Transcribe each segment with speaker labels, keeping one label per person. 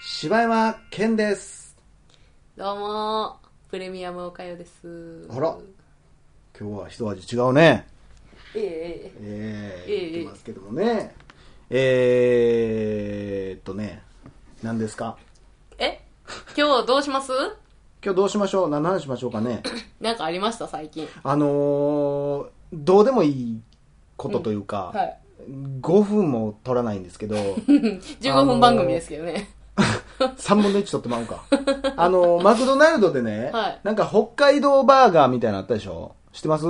Speaker 1: 柴山健です
Speaker 2: どうもプレミアムおかよです
Speaker 1: あら今日は一味違うね
Speaker 2: ええええ
Speaker 1: ええ
Speaker 2: ええ
Speaker 1: 言ってますけどもねえーっとね何ですか
Speaker 2: ええ今日どうします
Speaker 1: 今日どうしましょう何の話しましょうかね
Speaker 2: なんかありました最近
Speaker 1: あのーどうでもいいことというか、
Speaker 2: はい
Speaker 1: 5分も取らないんですけど
Speaker 2: 15分番組ですけどね、
Speaker 1: 3分の1取ってまうかあのーマクドナルドでね、
Speaker 2: はい
Speaker 1: なんか北海道バーガーみたいなのあったでしょ知ってます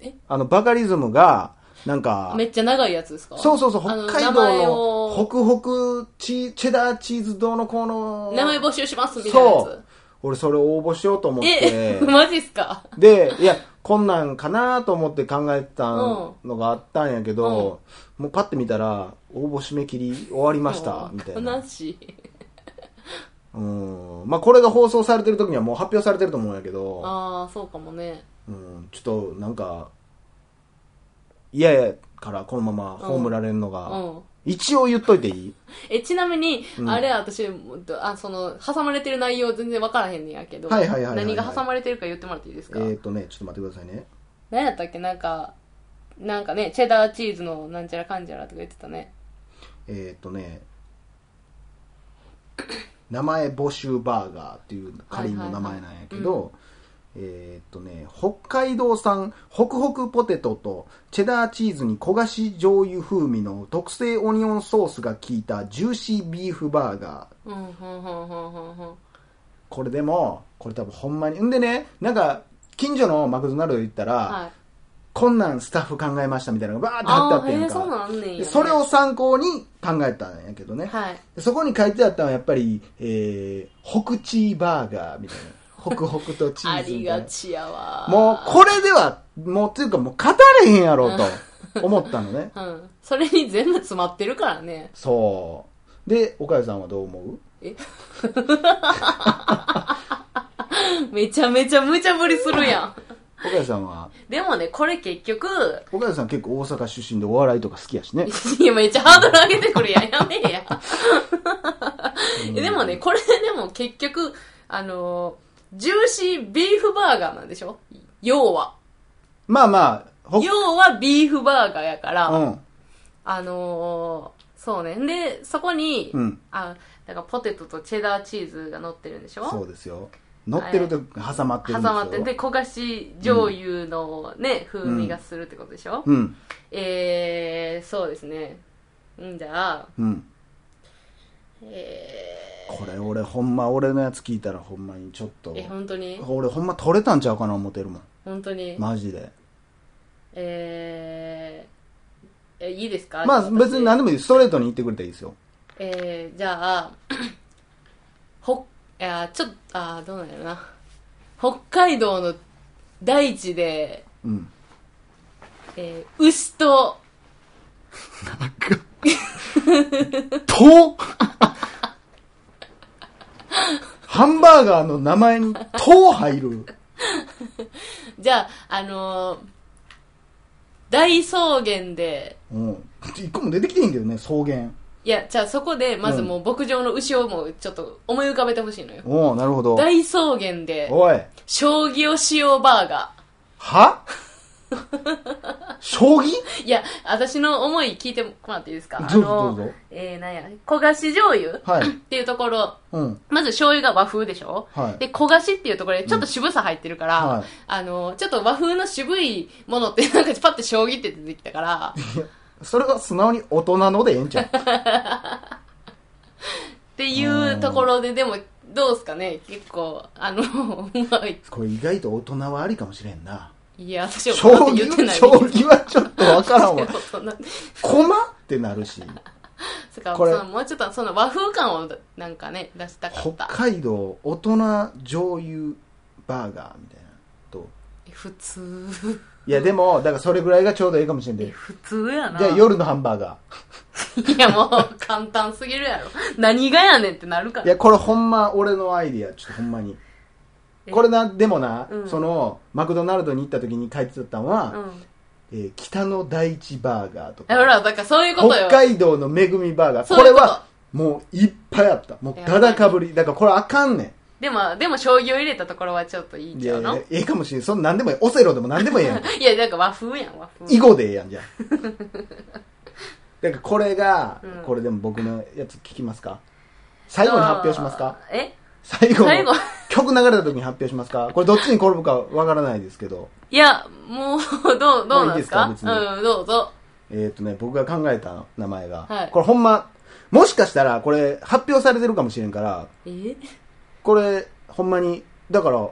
Speaker 2: え
Speaker 1: あのバカリズムがなんか
Speaker 2: めっちゃ長いやつですか
Speaker 1: そうそうそう
Speaker 2: あの
Speaker 1: 北海
Speaker 2: 名前
Speaker 1: 道のホ
Speaker 2: を
Speaker 1: クホクチチェダーチーズどうのこうの
Speaker 2: 名前募集しますみたいなや
Speaker 1: そう俺それ応募しようと思っ
Speaker 2: つえ
Speaker 1: て
Speaker 2: マジっすか
Speaker 1: で、いや、こんなんかなと思って考えてたのがあったんやけど、もうパッて見たら、応募締め切り終わりました、みたいな
Speaker 2: 悲。しい
Speaker 1: うん。まあ、これが放送されてる時にはもう発表されてると思うんやけど、
Speaker 2: ああそうかもね
Speaker 1: うん、ちょっとなんか、嫌やからこのまま葬られるの
Speaker 2: う
Speaker 1: が、
Speaker 2: ん
Speaker 1: 一応言っといていい
Speaker 2: えちなみに、
Speaker 1: うん
Speaker 2: あれ私もうどあその挟まれてる内容全然わからへんねんやけど
Speaker 1: はいはいはいはいはい
Speaker 2: 何が挟まれてるか言ってもらっていいです
Speaker 1: え
Speaker 2: か、
Speaker 1: ーっとね、ちょっと待ってくださいね。
Speaker 2: 何やったっけなんかなんかねチェダーチーズのなんちゃらかんちゃらとか言ってたね
Speaker 1: えーっとね、名前募集バーガーっていう仮の名前なんやけど、えーっとね、北海道産ホクホクポテトとチェダーチーズに焦がし醤油風味の特製オニオンソースが効いたジューシービーフバーガー。
Speaker 2: うんうんうんうんうんうん
Speaker 1: これでも、これ多分ほんまに。んでね、なんか、近所のマクドナルド行ったら、
Speaker 2: はい
Speaker 1: こんなんスタッフ考えましたみたいなのがバーって貼ってあ
Speaker 2: あ
Speaker 1: っ
Speaker 2: あ
Speaker 1: て
Speaker 2: へ
Speaker 1: やん
Speaker 2: え
Speaker 1: か。
Speaker 2: そうなんねんや、
Speaker 1: で
Speaker 2: ね、
Speaker 1: それを参考に考えたんやけどね。
Speaker 2: はい
Speaker 1: そこに書いてあったのはやっぱり、えー、ホクチーバーガーみ たいな。ホクホクとチ
Speaker 2: あ
Speaker 1: ーズみ
Speaker 2: り
Speaker 1: たい
Speaker 2: が
Speaker 1: な。
Speaker 2: ちやわ
Speaker 1: もうこれでは、もうというかもう語れへんやろ うと思ったのね。
Speaker 2: うんそれに全部詰まってるからね
Speaker 1: そう。で、岡谷さんはどう思う
Speaker 2: えめちゃめちゃ無茶ぶりするやん
Speaker 1: 岡谷さんは、
Speaker 2: でもねこれ結局
Speaker 1: 岡谷さん結構大阪出身でお笑いとか好きやしね。
Speaker 2: いやめっちゃハードル上げてくるやんやめえやえでもね、これでも結局、あのージューシービーフバーガーなんでしょ要は。
Speaker 1: まあまあ、ほ
Speaker 2: 要はビーフバーガーやから、
Speaker 1: うん。
Speaker 2: あのーそうね。で、そこに、
Speaker 1: うん。
Speaker 2: あ、だからポテトとチェダーチーズが乗ってるんでしょ
Speaker 1: そうですよ。乗ってると挟まってる
Speaker 2: 挟
Speaker 1: んですよ。
Speaker 2: まって、で、焦がし醤油のね、風味がするってことでしょ、
Speaker 1: うん。
Speaker 2: えー、そうですね。んじゃあ、
Speaker 1: うん。
Speaker 2: え
Speaker 1: これ俺ほんま、俺のやつ聞いたらほんまにちょっと
Speaker 2: ー、え、、本当に
Speaker 1: 俺ほんま取れたんちゃうかな思ってるもん。
Speaker 2: 本当に、
Speaker 1: マジで。
Speaker 2: えー、え、いいですか
Speaker 1: まあ別に何でもいい。ストレートに言ってくれていいですよ。
Speaker 2: えー、じゃあ、 ほっ、いや、ちょっと、あーどうなんやろな。北海道の大地で、
Speaker 1: うん。
Speaker 2: えー、牛と、
Speaker 1: と ハンバーガーの名前に「と」入る。
Speaker 2: じゃあ、あのー大草原で、
Speaker 1: うん。一個も出てきていいんだよね、草原。
Speaker 2: いや、じゃあそこで、まずもう牧場の牛をもうちょっと思い浮かべてほしいのよ。
Speaker 1: おおなるほど。
Speaker 2: 大草原で、
Speaker 1: おい。
Speaker 2: 将棋をしようバーガ
Speaker 1: は将棋
Speaker 2: ー。いや、私の思い聞いてもらっていいですか
Speaker 1: どうぞどうぞ
Speaker 2: あのーえー、なんや、焦がし醤油
Speaker 1: はい
Speaker 2: っ。ていうところ、
Speaker 1: うん。
Speaker 2: まず醤油が和風でしょ、
Speaker 1: はい
Speaker 2: で、焦がしっていうところでちょっと渋さ入ってるから、
Speaker 1: うんはい
Speaker 2: あの、ちょっと和風の渋いものってなんかパッて将棋って出てき たから、っ
Speaker 1: それが素直に大人のでええんちゃう
Speaker 2: ていうところで、でも、どうすかね結構、あの、 うまい。
Speaker 1: これ意外と大人はありかもしれんな。
Speaker 2: いや、私は
Speaker 1: 将
Speaker 2: こんなこと言って
Speaker 1: 棋
Speaker 2: ない
Speaker 1: 将棋はちょっとわ からんわ。
Speaker 2: そんな
Speaker 1: 駒ってなるし。
Speaker 2: そっか
Speaker 1: これ
Speaker 2: そのもうちょっとその和風感をなんかね、出したか
Speaker 1: 北
Speaker 2: った。
Speaker 1: 海道大人醤油バーガーみたいなと
Speaker 2: 普通、
Speaker 1: いやでもだからそれぐらいがちょうどいいかもしれんでじ
Speaker 2: 普通やな。
Speaker 1: ゃあ夜のハンバーガ
Speaker 2: いや、もう簡単すぎるやろ。何がやねんってなるか
Speaker 1: ーい
Speaker 2: ら。
Speaker 1: やこれほんま俺のアイディアちょっとほんまに
Speaker 2: え
Speaker 1: これなでもな、
Speaker 2: うん
Speaker 1: そのマクドナルドに行った時に書いてたのは、
Speaker 2: うん。
Speaker 1: えー北の大地バーガーと
Speaker 2: ほ
Speaker 1: か、
Speaker 2: ら、だからそういうこと
Speaker 1: 北
Speaker 2: よ。
Speaker 1: 海道の恵みバーガー。
Speaker 2: そう
Speaker 1: こ
Speaker 2: い
Speaker 1: れ
Speaker 2: うこと
Speaker 1: は、もういっぱいあった。もうだだかぶり。だからこれあかんね
Speaker 2: でも、でも、将棋を入れたところはちょっといい
Speaker 1: ん。
Speaker 2: ん
Speaker 1: い
Speaker 2: ち
Speaker 1: や
Speaker 2: ゃ
Speaker 1: いうや
Speaker 2: の
Speaker 1: ええかもしれん。そんなんでもええ。オセロでもなんでもええや ん。
Speaker 2: いや、なんか和風やん、和風。
Speaker 1: 囲碁でええやんじゃん。 だからこれが、
Speaker 2: うん
Speaker 1: これでも僕のやつ聞きますか最後に発表しますか
Speaker 2: え
Speaker 1: 最後の
Speaker 2: 最後
Speaker 1: 曲流れた時に発表しますかこれどっちに転ぶかわからないですけど。
Speaker 2: いや、もう、どう、どうなんです
Speaker 1: も
Speaker 2: か
Speaker 1: ういいですか別に
Speaker 2: うん、どうぞ。
Speaker 1: えっ、とね、僕が考えた名前が、
Speaker 2: はい
Speaker 1: これほんま、もしかしたらこれ発表されてるかもしれんから、
Speaker 2: え
Speaker 1: これほんまに、だから、あ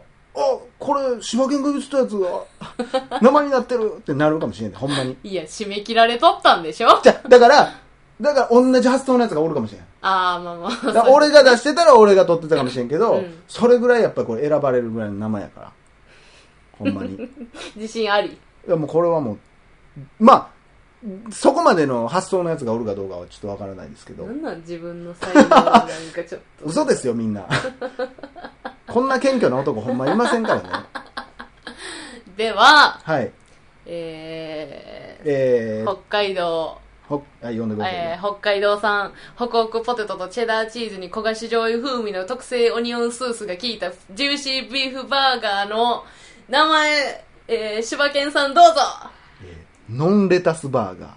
Speaker 1: これ柴犬が言ってたやつ が名前になってるってなるかもしれんねほんまに。
Speaker 2: いや、締め切られとったんでしょ
Speaker 1: じゃあ、だから、だから同じ発想のやつがおるかもしれん。
Speaker 2: ああ、まあまあ。
Speaker 1: だから俺が出してたら俺が取ってたかもしれんけど、
Speaker 2: うん
Speaker 1: それぐらいやっぱりこれ選ばれるぐらいの名前やから。ほん まに。い
Speaker 2: 自信あり。
Speaker 1: やもうこれはもう、まあ、そこまでの発想のやつがおるかどうかはちょっとわからないですけ
Speaker 2: な
Speaker 1: ど、
Speaker 2: んなん自分の才能なんかちょっと。
Speaker 1: 嘘ですよみんな。こんな謙虚な男ほんまいませんからね。
Speaker 2: では、
Speaker 1: はい。
Speaker 2: え
Speaker 1: え
Speaker 2: ー、
Speaker 1: ー
Speaker 2: 北、海道、
Speaker 1: ほ、あ、読んでくださいね、
Speaker 2: えー、北海道産、ホクホクポテトとチェダーチーズに焦がし醤油風味の特製オニオンスースが効いたジューシービーフバーガーの名前、えー、柴犬さんどうぞ
Speaker 1: えーノンレタスバーガー。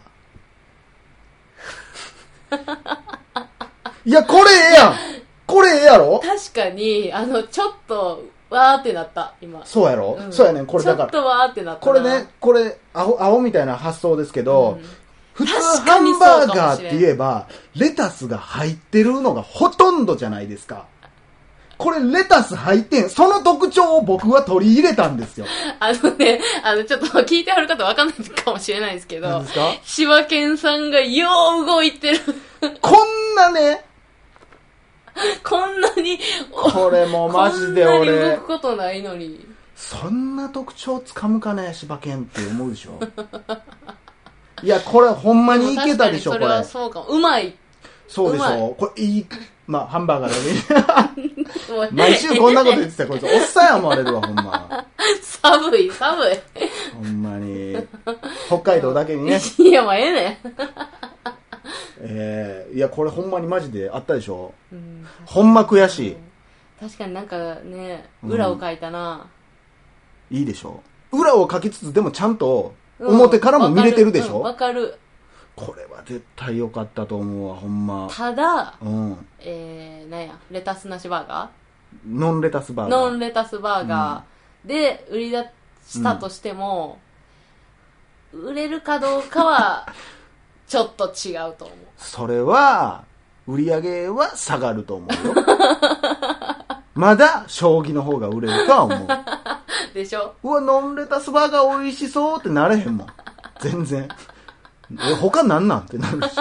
Speaker 1: いや、これええやんこれええやろ
Speaker 2: 確かに、あの、ちょっと、わーってなった、今。
Speaker 1: そうやろ、
Speaker 2: ん
Speaker 1: そうやねん、これだか
Speaker 2: ち
Speaker 1: ら。
Speaker 2: ょっとわーってなった
Speaker 1: こ
Speaker 2: な
Speaker 1: れね、これ、アホ、アホみたいな発想ですけど、
Speaker 2: うん
Speaker 1: 普通
Speaker 2: 確
Speaker 1: ハ
Speaker 2: かに
Speaker 1: ン
Speaker 2: そうかもしれ
Speaker 1: バー
Speaker 2: ん
Speaker 1: ガーって言えば、レタスが入ってるのがほとんどじゃないですか。これレタス入ってん、その特徴を僕は取り入れたんですよ。
Speaker 2: あのね、あの、ちょっと聞いてはる方わかんないかもしれないですけ
Speaker 1: なん
Speaker 2: ど
Speaker 1: です、か
Speaker 2: 柴犬さんがよう動いてる。
Speaker 1: こんなね、
Speaker 2: こんなに、お
Speaker 1: これもうマジで
Speaker 2: こんなに動
Speaker 1: 俺
Speaker 2: く、ことないのに。
Speaker 1: そんな特徴つかむかね、柴犬って思うでしょ。 いや、これほんまにいけたでしょ、こ
Speaker 2: でも確かにそれは
Speaker 1: れ。
Speaker 2: そうかも。うまい。
Speaker 1: そうでし
Speaker 2: うま
Speaker 1: ょ。
Speaker 2: い
Speaker 1: これいい、まあ、ハンバーガーだね。
Speaker 2: もう
Speaker 1: 毎週こんなこと言ってたこいつ、おっさんや思われるわ、ほんま。
Speaker 2: 寒い、寒
Speaker 1: ほんまに。北海道だけにね。
Speaker 2: い。いや、まあ、ええね
Speaker 1: えー、いや、これほんまにマジであったでしょ
Speaker 2: んうん。
Speaker 1: ほんま悔し
Speaker 2: 確かになんかね、
Speaker 1: うん
Speaker 2: 裏を書いたな。
Speaker 1: い。いいでしょ裏を書きつつ、でもちゃんと、表からも見れてるでし
Speaker 2: うんわ
Speaker 1: ょ
Speaker 2: かる,うん、わかる。
Speaker 1: これは絶対良かったと思うわ、ほんま。
Speaker 2: ただ、
Speaker 1: うん。
Speaker 2: えー、なんや、レタスなしバーガ
Speaker 1: ノンレタスバ
Speaker 2: ー
Speaker 1: ーガー。
Speaker 2: ノンレタスバーガーで売り出したとしても、売れるかどうかは、ちょっと違うと思う。
Speaker 1: それは、売り上げは下がると思う よ。まだ、将棋の方が売れるとは思う。
Speaker 2: でしょ
Speaker 1: うわ、ノンレタスバーガー美味しそうってなれへんもん。全然。え、他なんなんってなる し。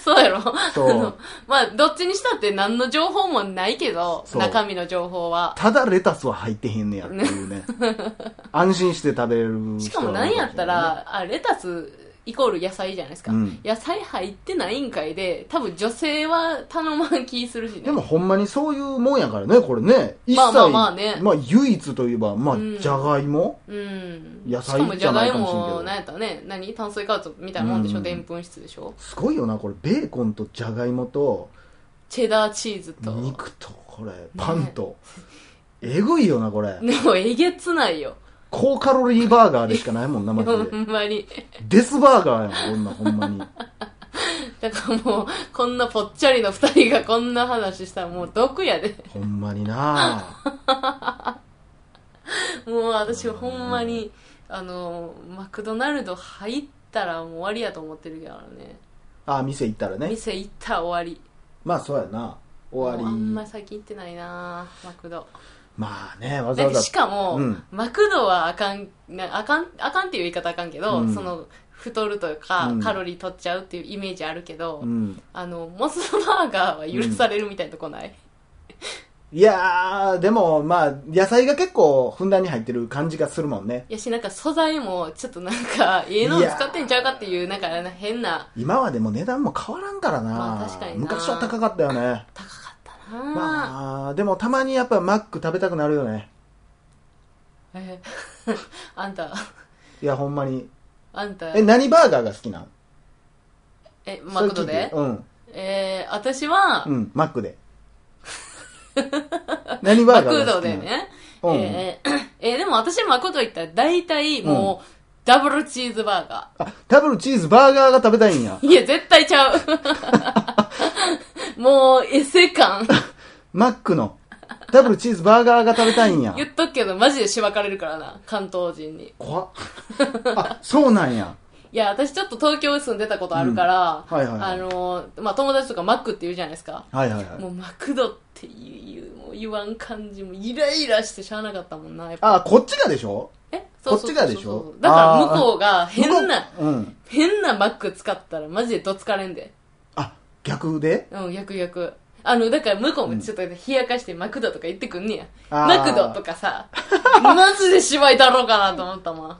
Speaker 2: そうやろ
Speaker 1: そう
Speaker 2: あのまあ、どっちにしたって何の情報もないけど、
Speaker 1: そう
Speaker 2: 中身の情報は。
Speaker 1: ただレタスは入ってへんねやっていうね。安心して食べれる人は多いかも
Speaker 2: し
Speaker 1: し
Speaker 2: かもなんやったら、あ、レタスイコール野菜じゃないですか。
Speaker 1: うん
Speaker 2: 野菜入ってないんかいで、多分女性は頼まん気するしね。
Speaker 1: でもほんまにそういうもんやからね、これね。一切、
Speaker 2: まあまあまあね
Speaker 1: まあ唯一といえば、まあ、
Speaker 2: うん
Speaker 1: じゃがいも
Speaker 2: うん。
Speaker 1: 野
Speaker 2: しか
Speaker 1: 菜
Speaker 2: も
Speaker 1: じ
Speaker 2: じ
Speaker 1: ゃ
Speaker 2: ゃ
Speaker 1: な
Speaker 2: が
Speaker 1: い
Speaker 2: い
Speaker 1: かもしれんけど
Speaker 2: も、なんやったらね、何炭水化物みたいなもんでし
Speaker 1: う
Speaker 2: ょ
Speaker 1: ん
Speaker 2: でんぷん質でしょ
Speaker 1: すごいよな、これ。ベーコンとじゃがいもと、
Speaker 2: チェダーチーズと。
Speaker 1: 肉とこれパンと、えぐいよなこれ
Speaker 2: でもえげつないよ。
Speaker 1: 高カロリーバーガーでしかないもん なマジ
Speaker 2: ほ
Speaker 1: で
Speaker 2: んまに。
Speaker 1: デスバーガーやんこんなんほんまに
Speaker 2: だからもう、こんなぽっちゃりの二人がこんな話したらもう毒やで。
Speaker 1: ほんまにな
Speaker 2: もう私ほんまに、あの、マクドナルド入ったらもう終わりやと思ってるからね。
Speaker 1: あ店行ったらね
Speaker 2: 店行ったら終わり。
Speaker 1: まあそうやな終わ
Speaker 2: もうあ
Speaker 1: り
Speaker 2: んま最近行ってないなマクド。
Speaker 1: まあねわざ
Speaker 2: だっ
Speaker 1: わ
Speaker 2: て
Speaker 1: ざ
Speaker 2: しかも、
Speaker 1: うん
Speaker 2: マクドはあかん、なあかん、あかんっていう言い方あかんけど、
Speaker 1: うん
Speaker 2: その、太るとか、
Speaker 1: うん
Speaker 2: カロリー取っちゃうっていうイメージあるけど、
Speaker 1: うん
Speaker 2: あの、モスバーガーは許されるみたいなとこない、
Speaker 1: いやーでもまあ野菜が結構ふんだんに入ってる感じがするもんね
Speaker 2: いやし、なんか素材も、ちょっとなんか、ええの使ってんちゃうかっていう、なんか変な、
Speaker 1: 今はでも値段も変わらんからな,、
Speaker 2: まあ確かにな
Speaker 1: 昔は高かったよね
Speaker 2: 高かったな、
Speaker 1: まあでもたまにやっぱマック食べたくなるよね
Speaker 2: え あんた、
Speaker 1: いやほんまに
Speaker 2: あんた
Speaker 1: え、、何バーガーが好きなん
Speaker 2: え、マクドで
Speaker 1: それ聞いて
Speaker 2: えー、私は
Speaker 1: う、ん。うん、マックで。何バ
Speaker 2: マ
Speaker 1: ーガーが
Speaker 2: クド
Speaker 1: 好きな
Speaker 2: で
Speaker 1: ん
Speaker 2: ね。
Speaker 1: うん
Speaker 2: えーえーでも私マクド行ったら大体もう、ダブルチーズバーガ
Speaker 1: あ、ダブルチーズバーガーが食べたいんや。
Speaker 2: ー。いや、絶対ち ゃう。もう、エセ感。
Speaker 1: マックの。ダブルチーズバーガーが食べたいんや。
Speaker 2: 言っとくけど、マジでしばかれるからな、関東人に。
Speaker 1: 怖っ。あ、そうなんや。
Speaker 2: いや、私ちょっと東京住んでたことあるから、
Speaker 1: うんはいはいはい
Speaker 2: あのー、まあ、友達とかマックって言うじゃないですか。
Speaker 1: はいはいはい。
Speaker 2: もうマクドっていう、いうもう言わん感じもイライラしてしゃあなかったもんな、やっぱ。
Speaker 1: あ、こっちがでしょ
Speaker 2: え
Speaker 1: こっちがでしょ
Speaker 2: だから向こうが変な、
Speaker 1: 向こううん。
Speaker 2: 変なマック使ったらマジでどつかれんで。
Speaker 1: あ、逆で
Speaker 2: うん、逆逆。あの、だから向こうもちょっと冷やかしてマクドとか言ってくんねや。
Speaker 1: あー
Speaker 2: マクドとかさ、マジで芝居だろうかなと思ったもん。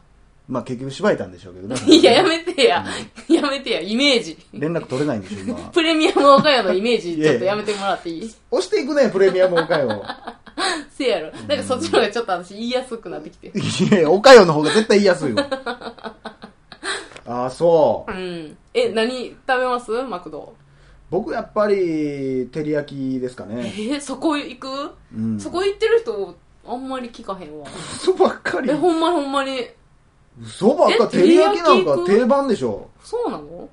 Speaker 1: まあ結局縛いたんでしょうけどね。
Speaker 2: いや、やめてや。やめてや、イメージ。
Speaker 1: 連絡取れないんでしょ、今は。
Speaker 2: プレミアム岡山のイメージちょっとやめてもらっていい
Speaker 1: 押していくね、プレミアムおか よ。
Speaker 2: せやろ。なんかそっちの方がちょっと私言いやすくなってきて。
Speaker 1: いや、おかよの方が絶対言いやすい わ。ああ、そう
Speaker 2: う。ん。え、何食べますマクド。
Speaker 1: 僕やっぱり、照り焼きですか
Speaker 2: え
Speaker 1: ね。
Speaker 2: ーそこ行く
Speaker 1: うん。
Speaker 2: そこ行ってる人、あんまり聞かへんわ。
Speaker 1: 嘘ばっかり
Speaker 2: え、。ほんまにほんまに。
Speaker 1: 嘘ばっかり。
Speaker 2: え
Speaker 1: 照り焼きなんか
Speaker 2: 照り焼き
Speaker 1: 定番でしょ。
Speaker 2: そうなの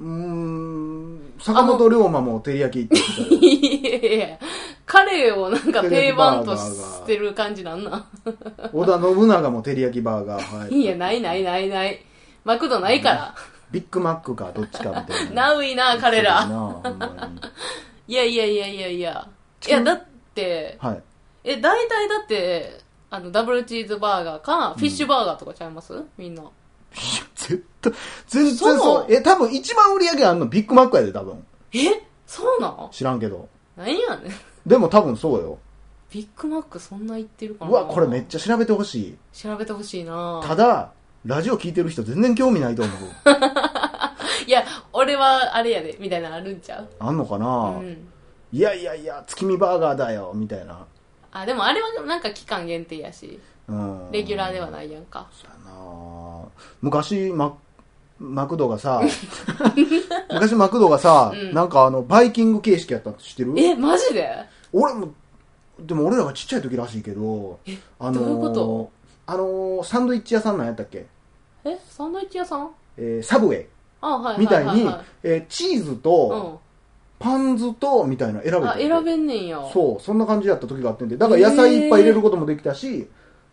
Speaker 1: うーん。坂本龍馬も照り焼きって言ってたよ。
Speaker 2: いやいやいや彼をなんか定番としてる感じなんなん
Speaker 1: 織田信長も照り焼きバーガー。はい
Speaker 2: や、ないないないない。マクドないから。
Speaker 1: ビッグマックか、どっちかみたいな。
Speaker 2: ナウイな、彼
Speaker 1: そう
Speaker 2: ら。
Speaker 1: だなほんまに
Speaker 2: いやいやいやいやいや。いや、だって、
Speaker 1: はい。
Speaker 2: え、大体だって、あの、ダブルチーズバーガーか、フィッシュバーガーとかちゃいます、みんな。
Speaker 1: いや絶対、全然
Speaker 2: そう
Speaker 1: そう。え、多分一番売り上げあんのビッグマックやで、多分。
Speaker 2: えそうなん
Speaker 1: 知らんけど。
Speaker 2: 何やねん。
Speaker 1: でも多分そうよ。
Speaker 2: ビッグマックそんな言ってるかな
Speaker 1: うわ、これめっちゃ調べてほしい。
Speaker 2: 調べてほしいな
Speaker 1: ただ、ラジオ聞いてる人全然興味ないと思う。
Speaker 2: いや、俺はあれやで、みたいなのあるんちゃう
Speaker 1: あんのか
Speaker 2: う
Speaker 1: な、
Speaker 2: ん。
Speaker 1: いやいやいや、月見バーガーだよ、みたいな。
Speaker 2: あ、でもあれはなんか期間限定やし、
Speaker 1: うん。
Speaker 2: レギュラーでは
Speaker 1: ない。
Speaker 2: ないやんか。
Speaker 1: そうやな昔、マ、マクドが さ、昔マクドがさ、
Speaker 2: うん
Speaker 1: なんかあの、バイキング形式やったの知ってる
Speaker 2: え、マジで
Speaker 1: 俺もでも俺らがちっちゃい時らしいけどあのー
Speaker 2: どういうこと
Speaker 1: あのーサンドイッチ屋さんなんやったっけ、
Speaker 2: え、サンドイッチ屋さん
Speaker 1: えーサブウェイ
Speaker 2: あ、はい、はいはいはい。
Speaker 1: みたいに、えーチーズと
Speaker 2: う
Speaker 1: パンズとみたいなの選べ
Speaker 2: ん。
Speaker 1: た
Speaker 2: あ、
Speaker 1: って
Speaker 2: 選べんねんや。
Speaker 1: そうそんな感じやった時があってんでだから野菜いっぱい入れることもできたし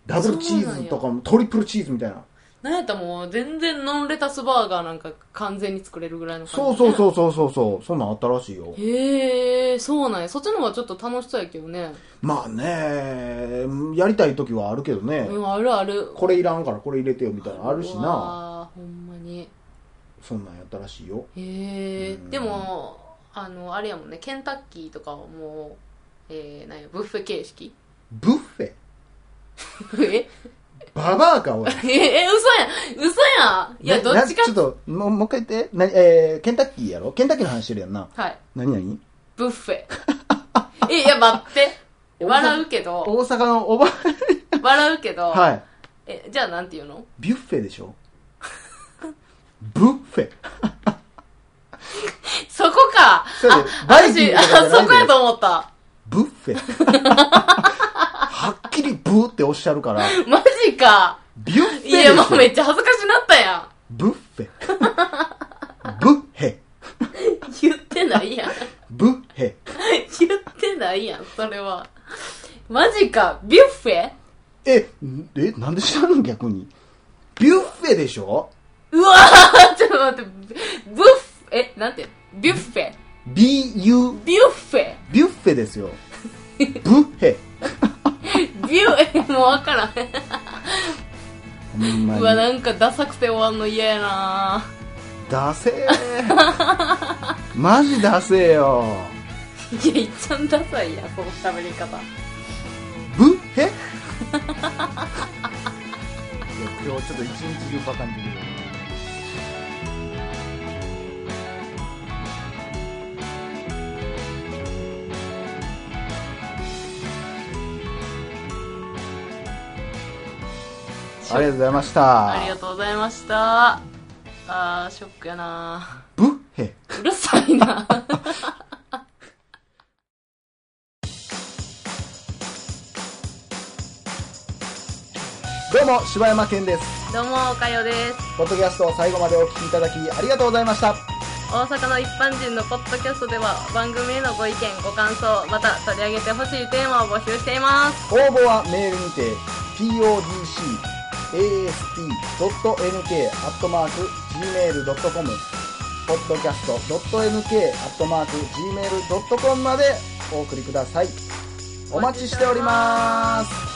Speaker 1: ダブルチーズとかもトリプルチーズみたいな
Speaker 2: なんやったらもう全然ノンレタスバーガーなんか完全に作れるぐらいの
Speaker 1: そ
Speaker 2: 感
Speaker 1: う
Speaker 2: じ。
Speaker 1: そうそうそうそうそうそんなんあったらしいよ
Speaker 2: へえ、そうなんや。そっちの方がちょっと楽しそうやけどね。
Speaker 1: まあねやりたい時はあるけどね、
Speaker 2: うん、あるある。
Speaker 1: これいらんからこれ入れてよみたいなのあるし
Speaker 2: う
Speaker 1: な
Speaker 2: わーほんまに。
Speaker 1: そんなんやったらしいよ
Speaker 2: へえ
Speaker 1: うん
Speaker 2: でもあのあれやもんねケンタッキーとかはもう、えー、なんやブッフェ形式
Speaker 1: ブッフェ
Speaker 2: え
Speaker 1: ババアかおい
Speaker 2: ええ嘘やん嘘やんいや
Speaker 1: な
Speaker 2: どっちか
Speaker 1: なちょっと、もうもう一回言って、なえー、ケンタッキーやろケンタッキーの話してるやんな。
Speaker 2: はい
Speaker 1: 何何
Speaker 2: ブッフェえいや待って笑うけど
Speaker 1: 大阪のおば、
Speaker 2: 笑うけど、
Speaker 1: はい。
Speaker 2: えじゃあなんて言うの
Speaker 1: ビュッフェでしょブッフェ。
Speaker 2: そこか
Speaker 1: そうやで
Speaker 2: あ
Speaker 1: バイキング
Speaker 2: 私
Speaker 1: とかじゃない
Speaker 2: あ
Speaker 1: で
Speaker 2: そこやと思った
Speaker 1: ブッフェ。はっきりブーっておっしゃるから、
Speaker 2: マジか
Speaker 1: ビュッフェで
Speaker 2: い
Speaker 1: しょ
Speaker 2: やもうめっちゃ恥ずかしなったやん
Speaker 1: ブッフェ。ブッヘ。
Speaker 2: 言ってないやん
Speaker 1: ブッヘ。
Speaker 2: 言ってないやんそれはマジかビュッフェ
Speaker 1: え、んえ、なんで知らんの逆に。ビュッフェでしょ
Speaker 2: うわーちょっと待って、ブッフェ、え、なんて、ビュッフェ、
Speaker 1: ?bu,
Speaker 2: ビュッフェ、
Speaker 1: ビュッフェですよ。ブッヘ。
Speaker 2: ビュッ、え、もうわからん。
Speaker 1: ほんまに
Speaker 2: うわ、なんかダサくて終わんの嫌やな
Speaker 1: ダセーマジダセーよ
Speaker 2: いや、いっちゃんダサいやん、その喋り方。
Speaker 1: ブッヘいや今日ちょっと一日中バカにできる
Speaker 2: 中し
Speaker 1: ありがとうございました。
Speaker 2: ありがとうございました。あー、ショックやな
Speaker 1: ブッヘ。
Speaker 2: うるさいな
Speaker 1: どうも、柴山健です。
Speaker 2: どうも、かよです。
Speaker 1: ポッドキャストを最後までお聞きいただきありがとうございました。
Speaker 2: 大阪の一般人のポッドキャストでは番組へのご意見、ご感想、また取り上げてほしいテーマを募集しています。
Speaker 1: 応募はメールにて podcast.nk.gmail.com podcast.nk.gmail.com までお送りくださいお待ちしております